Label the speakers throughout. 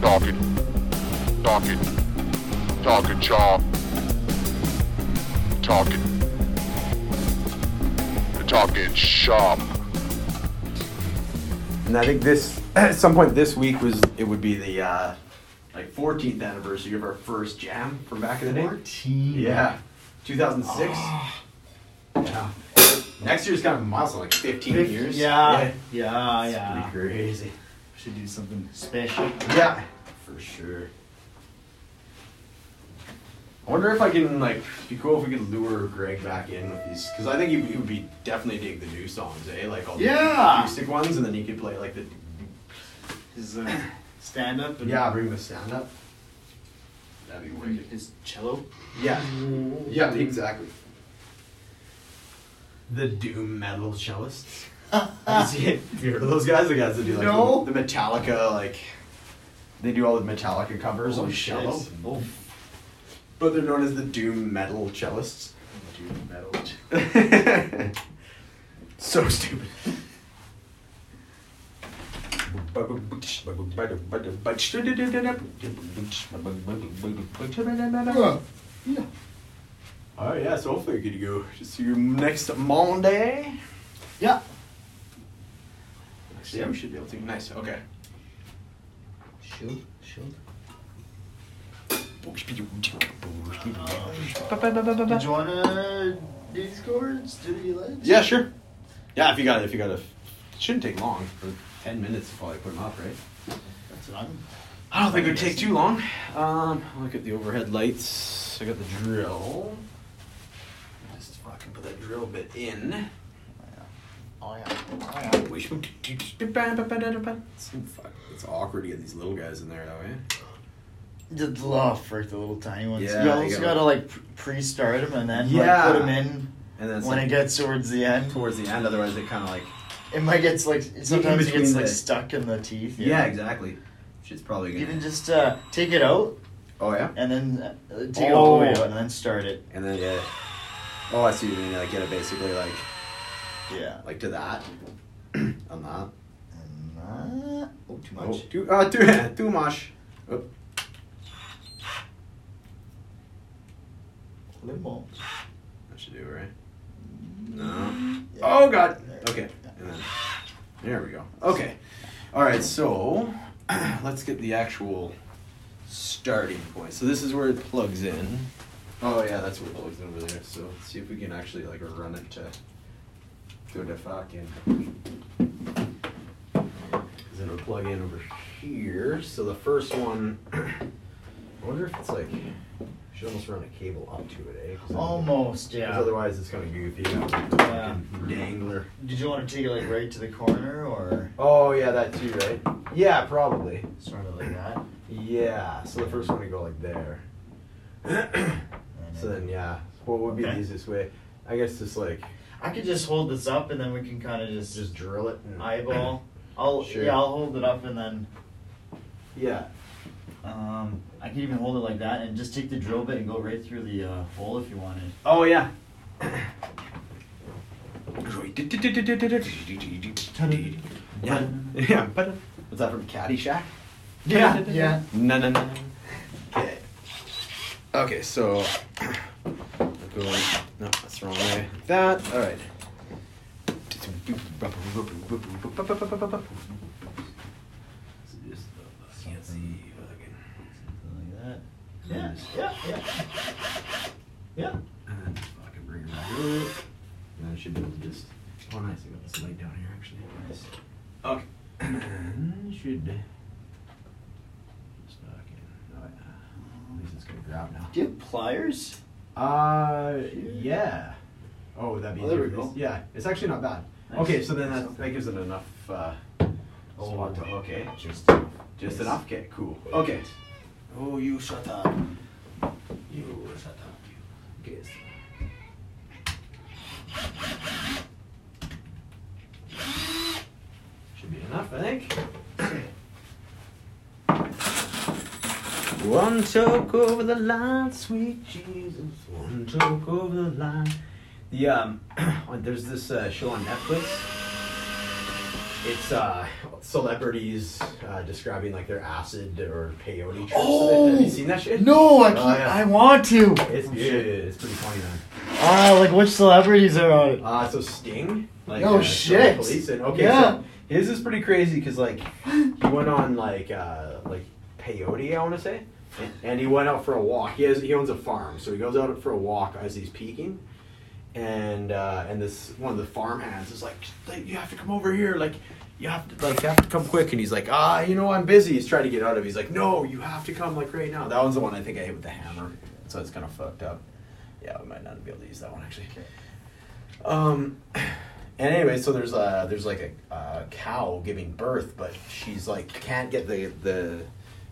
Speaker 1: Talking. Talking. Talking, y'all. Talking. Talking shop.
Speaker 2: And I think this, at some point this week was, it would be the uh, like 14th anniversary of our first jam from back in the day.
Speaker 3: 14.
Speaker 2: Yeah, 2006.
Speaker 3: Ah.
Speaker 2: Yeah. Next year's kind of a milestone, like 15
Speaker 3: Fif-
Speaker 2: years.
Speaker 3: Yeah. Yeah, yeah.
Speaker 2: It's pretty
Speaker 3: crazy. Should do something special.
Speaker 2: Yeah. Yeah, for sure. I wonder if I can like, it'd be cool if we could lure Greg back in with these, because I think he, he would be definitely dig the new songs, eh? Like all the
Speaker 3: Yeah.
Speaker 2: acoustic ones, and then he could play like the
Speaker 3: His uh, stand up and
Speaker 2: yeah, bring the sound up. That'd be wicked.
Speaker 3: his cello.
Speaker 2: Yeah. Yeah, exactly. The doom metal cellists. you see it? You heard of those guys? The guys that do like
Speaker 3: No.
Speaker 2: the, the Metallica, like they do all the Metallica covers on cello,
Speaker 3: Oh,
Speaker 2: but they're known as the doom metal cellists.
Speaker 3: Oh, dude, metal.
Speaker 2: so stupid.
Speaker 3: Yeah.
Speaker 2: Oh yeah, so hopefully we could go to see you next Monday.
Speaker 3: Yeah.
Speaker 2: Yeah, we should be able to. Nice. Okay.
Speaker 3: Shield. Shield. Did you wanna Discords to the ledge?
Speaker 2: Yeah, sure. Yeah, if you got it, if you got it, it shouldn't take long. For ten minutes, to probably put them up, right?
Speaker 3: That's what I'm.
Speaker 2: I don't think it would take too long. Um, I'll look at the overhead lights. I got the drill. Just fucking put that drill bit in.
Speaker 3: Oh yeah. Oh yeah.
Speaker 2: We should- It's fuck- it's awkward to get these little guys in there that way.
Speaker 3: The little frick, the little tiny ones.
Speaker 2: Yeah,
Speaker 3: you
Speaker 2: you
Speaker 3: almost
Speaker 2: gotta-
Speaker 3: gotta, like pr- pre-start them and then
Speaker 2: Yeah.
Speaker 3: like put them in
Speaker 2: And then it's
Speaker 3: when
Speaker 2: like
Speaker 3: it gets towards the end.
Speaker 2: towards the end, otherwise it kind of like
Speaker 3: It might get like sometimes it
Speaker 2: between
Speaker 3: gets like
Speaker 2: the-
Speaker 3: stuck in the teeth.
Speaker 2: yeah, exactly. Which is probably gonna
Speaker 3: Even just uh, take it out
Speaker 2: oh yeah,
Speaker 3: and then uh, take it all the way
Speaker 2: Oh.
Speaker 3: out and then start it.
Speaker 2: and then yeah. Oh, I see what you mean. Like get it basically like
Speaker 3: Yeah.
Speaker 2: like to that on that.
Speaker 3: And that- oh, too much.
Speaker 2: Oh, too, uh, too, too much. Oh.
Speaker 3: A little more.
Speaker 2: That should do it, right? No. Oh god. Okay. And then, there we go. Okay. All right. So let's get the actual starting point. So this is where it plugs in. Oh yeah, that's where it plugs in over there. So let's see if we can actually like run it to go to fucking. Because it'll plug in over here. So the first one. I wonder if it's like. Should almost run a cable up to it, eh? 'Cause I-
Speaker 3: Almost,
Speaker 2: because
Speaker 3: yeah.
Speaker 2: otherwise it's kind of goofy.
Speaker 3: Yeah.
Speaker 2: Dangler.
Speaker 3: Did you want to take it like right to the corner or
Speaker 2: Oh yeah, that too, right? Yeah, probably.
Speaker 3: sort of like that?
Speaker 2: Yeah. So the first one would go like there.
Speaker 3: And
Speaker 2: So then yeah, what would be the
Speaker 3: Okay.
Speaker 2: easiest way? I guess just like
Speaker 3: I could just hold this up and then we can kind of just
Speaker 2: just drill it. And,
Speaker 3: eyeball. I'll
Speaker 2: Sure.
Speaker 3: yeah, I'll hold it up and then
Speaker 2: Yeah.
Speaker 3: um, I can even hold it like that and just take the drill bit and go right through the uh, hole if you wanted.
Speaker 2: Oh yeah. Yeah. Yeah. but- Was that from Caddyshack?
Speaker 3: Yeah, yeah.
Speaker 2: No, no, no. Okay. Okay, so. Go like, no, that's the wrong way. That, alright. Can't see.
Speaker 3: Something like that. Yeah, yeah, yeah. Yeah.
Speaker 2: And then fucking bring it back up. And then I should be able to just. Oh, nice. I got this light down here, actually. Nice. Okay. And should. Just fucking. Oh, yeah. At least it's gonna grab now.
Speaker 3: Do you have pliers?
Speaker 2: Uh, yeah. Oh, would that be
Speaker 3: Oh, there
Speaker 2: easier
Speaker 3: we
Speaker 2: for
Speaker 3: go.
Speaker 2: this? Yeah, it's actually not bad.
Speaker 3: Nice.
Speaker 2: Okay, so then that, that gives it enough uh, spot to hook, eh?
Speaker 3: Just
Speaker 2: Just
Speaker 3: Yes.
Speaker 2: enough? Okay, cool. Okay. Oh, you shut up. You shut up. you. Yes. Should be enough, I think. One choke over the line, sweet Jesus. One choke over the line. The um, there's this uh, show on Netflix It's uh, celebrities uh, describing like their acid or peyote trips.
Speaker 3: Oh!
Speaker 2: Have you seen that shit?
Speaker 3: No, I, can't, Oh,
Speaker 2: Oh, yeah.
Speaker 3: I want to.
Speaker 2: It's good. It's pretty funny, man.
Speaker 3: Ah, like which celebrities are on it?
Speaker 2: Uh, so Sting. Like,
Speaker 3: No
Speaker 2: uh,
Speaker 3: Oh, shit.
Speaker 2: so the Police and, okay,
Speaker 3: Yeah.
Speaker 2: so his is pretty crazy because like he went on like uh, like peyote, I want to say, and he went out for a walk. He has he owns a farm, so he goes out for a walk as he's peaking. And uh, and this one of the farm hands is like, "Like, you have to come over here, like you have to like you have to come quick. And he's like, ah, you know I'm busy. He's trying to get out of. it. He's like, no, you have to come like right now. That one's the one I think I hit with the hammer, so it's kind of fucked up. Yeah, we might not be able to use that one actually. Um, and anyway, so there's a there's like a, uh cow giving birth, but she's like can't get the the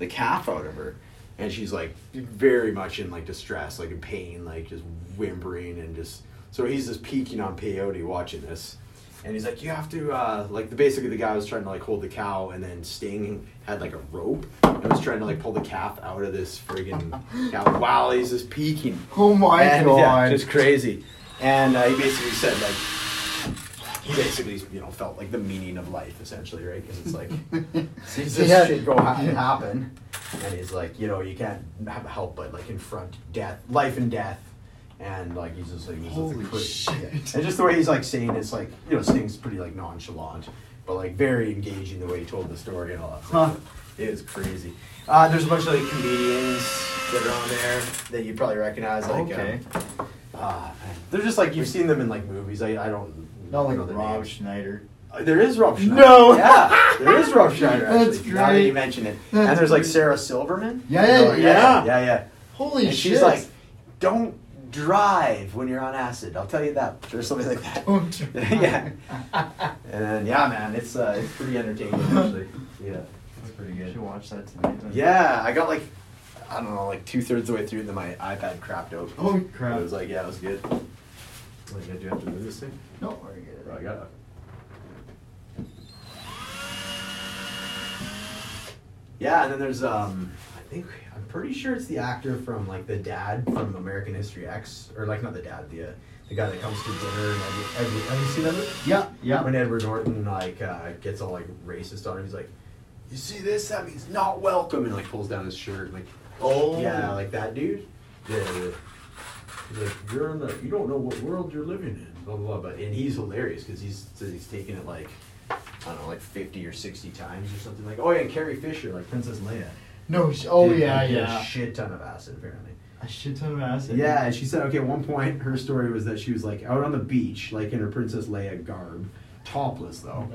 Speaker 2: the calf out of her, and she's like very much in like distress, like in pain, like just whimpering and just. So he's just peeking on peyote watching this, and he's like, "You have to uh, like the basically the guy was trying to like hold the cow, and then Sting had like a rope and was trying to like pull the calf out of this friggin' cow while he's just peeking."
Speaker 3: Oh my
Speaker 2: and,
Speaker 3: god.
Speaker 2: Yeah, just crazy. And uh, he basically said like he basically you know felt like the meaning of life essentially, right? Because it's like sees this
Speaker 3: Yeah.
Speaker 2: shit go ha- happen, and he's like, you know, you can't have help but like confront death, life and death. And like he's just like he's just a
Speaker 3: Holy
Speaker 2: cra-
Speaker 3: shit.
Speaker 2: yeah. and just the way he's like saying it's like you know Sting's pretty like nonchalant, but like very engaging the way he told the story and all that.
Speaker 3: Huh.
Speaker 2: stuff. It was crazy. Uh, there's a bunch of like comedians that are on there that you probably recognize. Like, um,
Speaker 3: Okay.
Speaker 2: uh, they're just like you've seen them in like movies. I, I don't.
Speaker 3: Not like
Speaker 2: know their
Speaker 3: Rob
Speaker 2: names.
Speaker 3: Schneider.
Speaker 2: Uh, There is Rob Schneider.
Speaker 3: No.
Speaker 2: Yeah, there is Rob Schneider.
Speaker 3: That's
Speaker 2: actually, Now that
Speaker 3: great.
Speaker 2: you mention it,
Speaker 3: That's
Speaker 2: and there's like
Speaker 3: great.
Speaker 2: Sarah Silverman.
Speaker 3: Yeah,
Speaker 2: You know, yeah,
Speaker 3: yeah.
Speaker 2: yeah, yeah.
Speaker 3: Holy
Speaker 2: and
Speaker 3: shit.
Speaker 2: she's like, "Don't drive when you're on acid." I'll tell you that, or something like that.
Speaker 3: Don't you-
Speaker 2: yeah. And then, yeah, man, it's uh, it's pretty entertaining actually. Yeah.
Speaker 3: That's pretty good. Should watch that tonight.
Speaker 2: Yeah, I got like, I don't know, like two thirds of the way through, then my iPad crapped out.
Speaker 3: Oh, crap.
Speaker 2: It was like, yeah, it was good. What did I do after this thing?
Speaker 3: No, we're good.
Speaker 2: I got it. Yeah, and then there's um, I think I'm pretty sure it's the actor from like the dad from American History X, or like not the dad, the uh, the guy that comes to dinner and every, every have you seen that? movie?
Speaker 3: Yeah, yeah.
Speaker 2: When Edward Norton like uh, gets all like racist on him, he's like, "You see this? That means not welcome," and like pulls down his shirt, and, like,
Speaker 3: Oh.
Speaker 2: yeah, like that dude. Yeah, yeah. He's like, you're in the, you don't know what world you're living in, blah blah blah. But and he's hilarious because he's says he's taken it like, I don't know, like fifty or sixty times or something. Like, oh yeah, and Carrie Fisher, like Princess Leia.
Speaker 3: No. Sh- oh
Speaker 2: Did,
Speaker 3: yeah,
Speaker 2: like, did
Speaker 3: yeah.
Speaker 2: A shit ton of acid apparently.
Speaker 3: A shit ton of acid.
Speaker 2: Yeah, and she said, okay, at one point her story was that she was like out on the beach, like in her Princess Leia garb, topless though,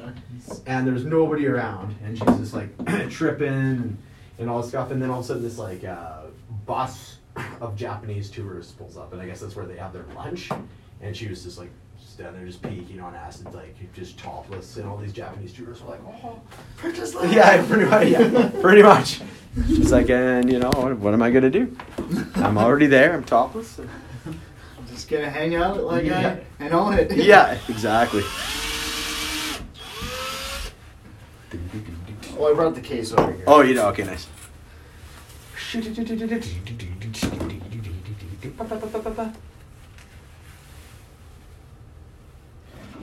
Speaker 2: and there's nobody around, and she's just like tripping and, and all this stuff, and then all of a sudden this like uh, bus of Japanese tourists pulls up, and I guess that's where they have their lunch, and she was just like standing there just peeking on acid, like just topless, and all these Japanese tourists were like, oh, Princess Leia. Yeah, pretty much. Yeah, pretty much. She's like, and you know, what, what am I gonna do? I'm already there. I'm topless.
Speaker 3: I'm just gonna hang out like
Speaker 2: Yeah.
Speaker 3: I and own it.
Speaker 2: Yeah, exactly.
Speaker 3: Oh, I brought the case over here.
Speaker 2: Oh, you know. Okay, nice.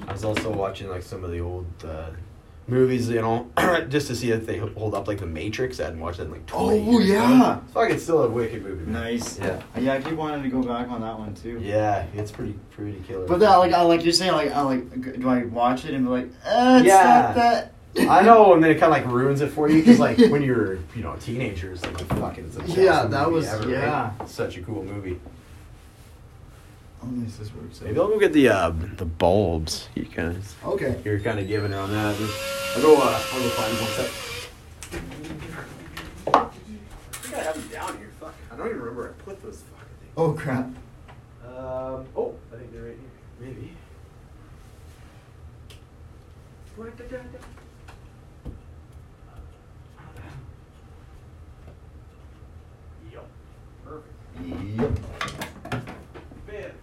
Speaker 2: I was also watching like some of the old uh, movies, you know, just to see if they hold up. Like The Matrix, I hadn't watched that in like twenty.
Speaker 3: Oh,
Speaker 2: years.
Speaker 3: yeah.
Speaker 2: fuck, it's still a wicked movie. man.
Speaker 3: Nice.
Speaker 2: Yeah.
Speaker 3: Yeah, I keep wanting to go back on that one too.
Speaker 2: Yeah, it's pretty pretty killer.
Speaker 3: But that, like, I like you're saying, like, I like, g- do I watch it and be like, uh, it's
Speaker 2: Yeah.
Speaker 3: not that.
Speaker 2: I know, and then it kind of like ruins it for you because like when you're you know a teenager, it's like the fucking it's the best
Speaker 3: Yeah, that
Speaker 2: movie
Speaker 3: was-
Speaker 2: ever, right?
Speaker 3: yeah.
Speaker 2: such a cool movie.
Speaker 3: Unless this works. out.
Speaker 2: Maybe I'll go get the uh, the bulbs. You guys,
Speaker 3: Okay.
Speaker 2: you're kind of giving on that. I'll go. Uh, I'll go find one. Set. I think I have them down here. Fuck, I don't even remember where I put those fucking things.
Speaker 3: Oh crap.
Speaker 2: Um, oh, I think they're right here. Maybe. Yo, perfect.
Speaker 3: Yep.
Speaker 2: Man.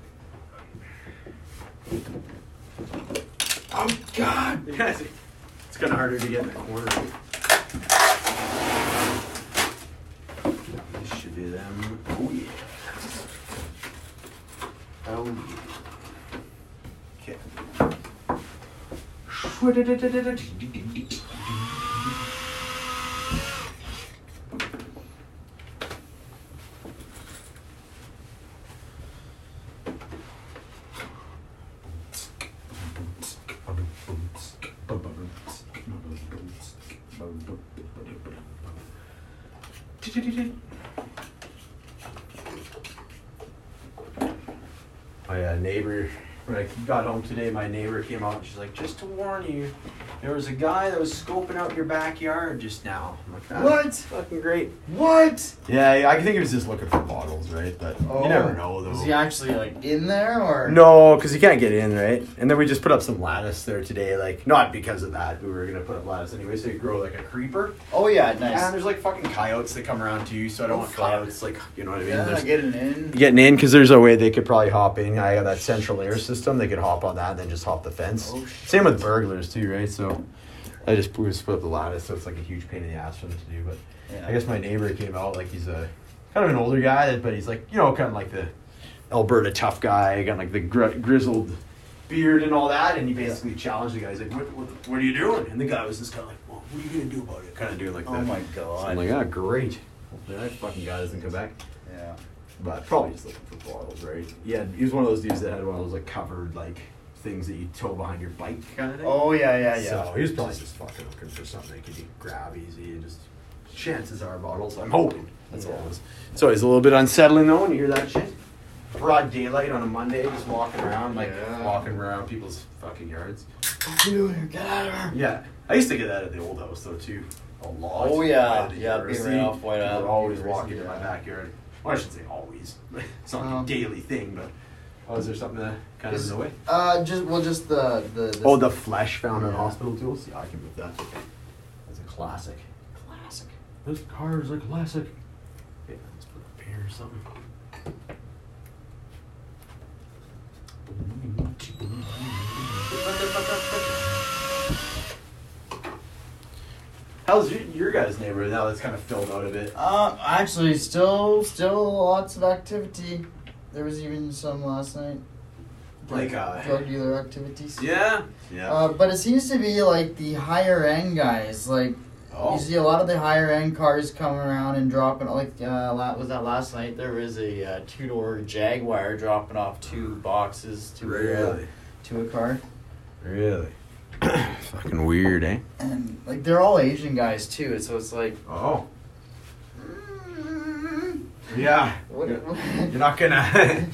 Speaker 3: Oh god.
Speaker 2: Yes, it's kind of harder to get in the corner. This should be them. Oh yeah. Oh yeah. Okay. My uh, neighbor, when I got home today, my neighbor came out and she's like, just to warn you, there was a guy that was scoping out your backyard just now. I'm like, "Ah,
Speaker 4: What?
Speaker 2: Fucking great.
Speaker 4: What?
Speaker 2: Yeah, I think he was just looking for bottles, right? But
Speaker 4: Oh.
Speaker 2: you never know, though.
Speaker 3: Is he actually like in there or?
Speaker 2: No, because you can't get in, right? And then we just put up some lattice there today, like not because of that. We were gonna put up lattice anyway, so you grow like a creeper.
Speaker 3: Oh yeah,
Speaker 2: And
Speaker 3: nice.
Speaker 2: there's like fucking coyotes that come around to you, so I don't
Speaker 3: Oh,
Speaker 2: want
Speaker 3: fuck.
Speaker 2: coyotes. Like you know what I mean?
Speaker 3: Yeah,
Speaker 2: There's-
Speaker 3: getting in.
Speaker 2: Getting in because there's a way they could probably hop in. I got that central air system; they could hop on that and then just hop the fence.
Speaker 3: Oh, shit.
Speaker 2: Same with burglars too, right? So I just we just put up the lattice, so it's like a huge pain in the ass for them to do. But
Speaker 3: Yeah.
Speaker 2: I guess my neighbor came out like he's a kind of an older guy, but he's like you know kind of like the Alberta tough guy, got like the gri- grizzled beard and all that, and he basically challenged the guy. He's like, what, what, "What are you doing?" And the guy was just kind of like, well, "What are you gonna do about it?" Kind of doing like
Speaker 3: Oh
Speaker 2: that.
Speaker 3: my
Speaker 2: So I'm
Speaker 3: god.
Speaker 2: like, "Ah, great." Hopefully that fucking guy doesn't come back.
Speaker 3: Yeah.
Speaker 2: But probably just looking for bottles, right? Yeah, he was one of those dudes that had one of those like covered like things that you tow behind your bike kind of thing.
Speaker 3: Oh yeah, yeah, yeah.
Speaker 2: So he was probably just fucking looking for something he could you grab easy and just chances are bottles. I'm hoping. That's all it was. It's always a little bit unsettling though when you hear that shit. Broad daylight on a Monday, just walking around, like
Speaker 3: Yeah.
Speaker 2: walking around people's fucking yards.
Speaker 3: What you doing here? Get out of here.
Speaker 2: Yeah. I used to get that at the old house though too. A lot.
Speaker 3: Oh, yeah.
Speaker 2: At the
Speaker 3: Yeah, being
Speaker 2: university,
Speaker 3: right off White
Speaker 2: people
Speaker 3: Island
Speaker 2: would always
Speaker 3: University,
Speaker 2: walking in my
Speaker 3: yeah.
Speaker 2: backyard. Well, I should say always. It's not
Speaker 3: Um,
Speaker 2: a daily thing, but oh, is there something that kind
Speaker 3: is-
Speaker 2: of in the way?
Speaker 3: Uh, just well, just the the. the
Speaker 2: Oh, the flesh found in
Speaker 3: Yeah.
Speaker 2: hospital tools. Yeah, I can move that. That's a classic. Classic. This car is a classic. Yeah, let's put a beer or something. How's your, your guys' neighborhood now that's kind of filled out a bit?
Speaker 3: Uh, actually, still, still lots of activity. There was even some last night.
Speaker 2: Like, uh,
Speaker 3: drug dealer activities.
Speaker 2: Yeah? Yeah.
Speaker 3: Uh, but it seems to be like the higher end guys. Like
Speaker 2: oh.
Speaker 3: you see a lot of the higher end cars coming around and dropping. Like uh, la- was that last night? There was a uh, two door Jaguar dropping off two boxes to uh,
Speaker 2: Really?
Speaker 3: to a car.
Speaker 2: Really? Fucking weird, eh?
Speaker 3: And like they're all Asian guys too, so it's like. mm,
Speaker 2: Oh. Yeah.
Speaker 3: What,
Speaker 2: You're
Speaker 3: what-
Speaker 2: you're not gonna.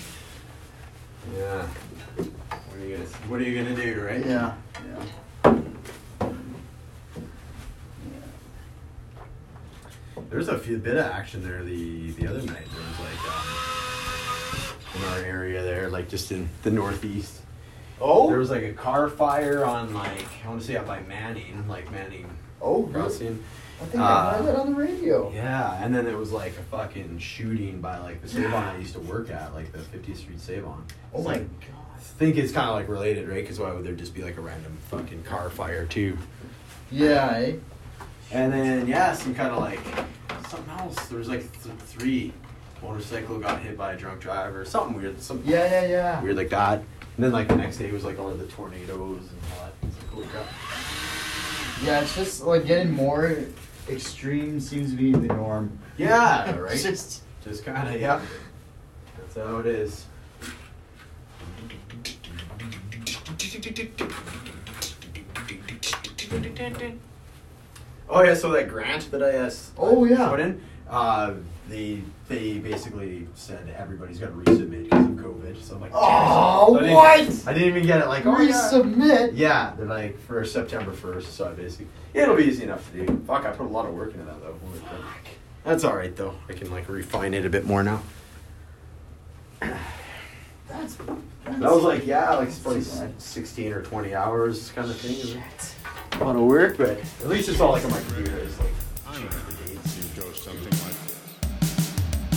Speaker 2: yeah. What are you gonna? What are you gonna do, right?
Speaker 3: Yeah. Yeah.
Speaker 2: There's a few bit of action there the the other night. There was like um, in our area there, like just in the northeast.
Speaker 3: Oh.
Speaker 2: There was like a car fire on like I want to say out by Manning, like Manning
Speaker 3: oh. Really?
Speaker 2: crossing.
Speaker 3: I think
Speaker 2: Uh,
Speaker 3: I heard that on the radio.
Speaker 2: Yeah, and then it was like a fucking shooting by like the Savon I used to work at, like the 50th Street Savon.
Speaker 3: Oh my god.
Speaker 2: I think it's kind of like related, right? Because why would there just be like a random fucking car fire too?
Speaker 3: Yeah. Eh?
Speaker 2: And then yeah, some kind of like something else. There was like th- three motorcycle got hit by a drunk driver, something weird, something
Speaker 3: Yeah. Yeah. Yeah.
Speaker 2: weird like that. And then like the next day was like all of the tornadoes and all that. It's like, holy crap.
Speaker 3: Yeah, it's just like getting more extreme seems to be the norm.
Speaker 2: Yeah, right.
Speaker 3: It's just
Speaker 2: Just kind of yeah. That's how it is. Oh yeah, so that grant that I asked.
Speaker 3: Oh, yeah.
Speaker 2: Put in. Uh, they they basically said everybody's got to resubmit because of COVID. So I'm like,
Speaker 3: Oh,
Speaker 2: damn. So I didn't-
Speaker 3: what?
Speaker 2: I didn't even get it. Like, oh yeah.
Speaker 3: Resubmit.
Speaker 2: Yeah, they're like for September first, so I basically it'll be easy enough to do. Fuck, I put a lot of work into that though. Holy crap. That's all right though. I can like refine it a bit more now.
Speaker 3: That's,
Speaker 2: That was like yeah, like it's probably
Speaker 3: That's too bad.
Speaker 2: sixteen or twenty hours kind of thing.
Speaker 3: shit.
Speaker 2: A lot of work, but at least it's all like on my computer. It's like change the dates.
Speaker 1: You go something like this.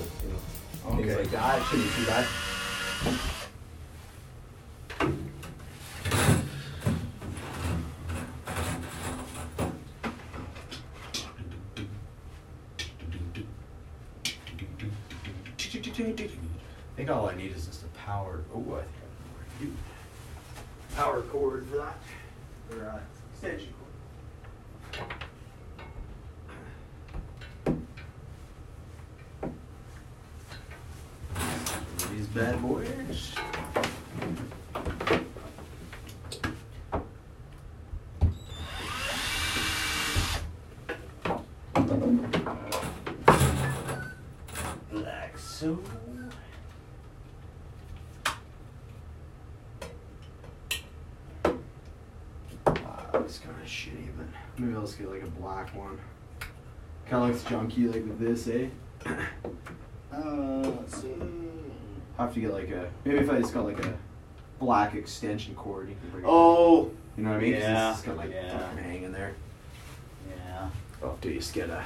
Speaker 2: like that. It shouldn't be too bad. I think all I need is just a power. Oh, I think I know where to do. Power cord for that. Or uh, extension cord. These bad boys. Like so. Wow, it's kind of shitty, but maybe I'll just get like a black one. Kind of looks junky like with this, eh?
Speaker 3: Uh, let's see.
Speaker 2: have to get like a maybe if I just got like a black extension cord, you can bring. it,
Speaker 3: Oh.
Speaker 2: you know what I mean? 'Cause
Speaker 3: yeah,
Speaker 2: It's just got like
Speaker 3: yeah.
Speaker 2: fucking hang in there.
Speaker 3: Yeah.
Speaker 2: Oh, do you just get a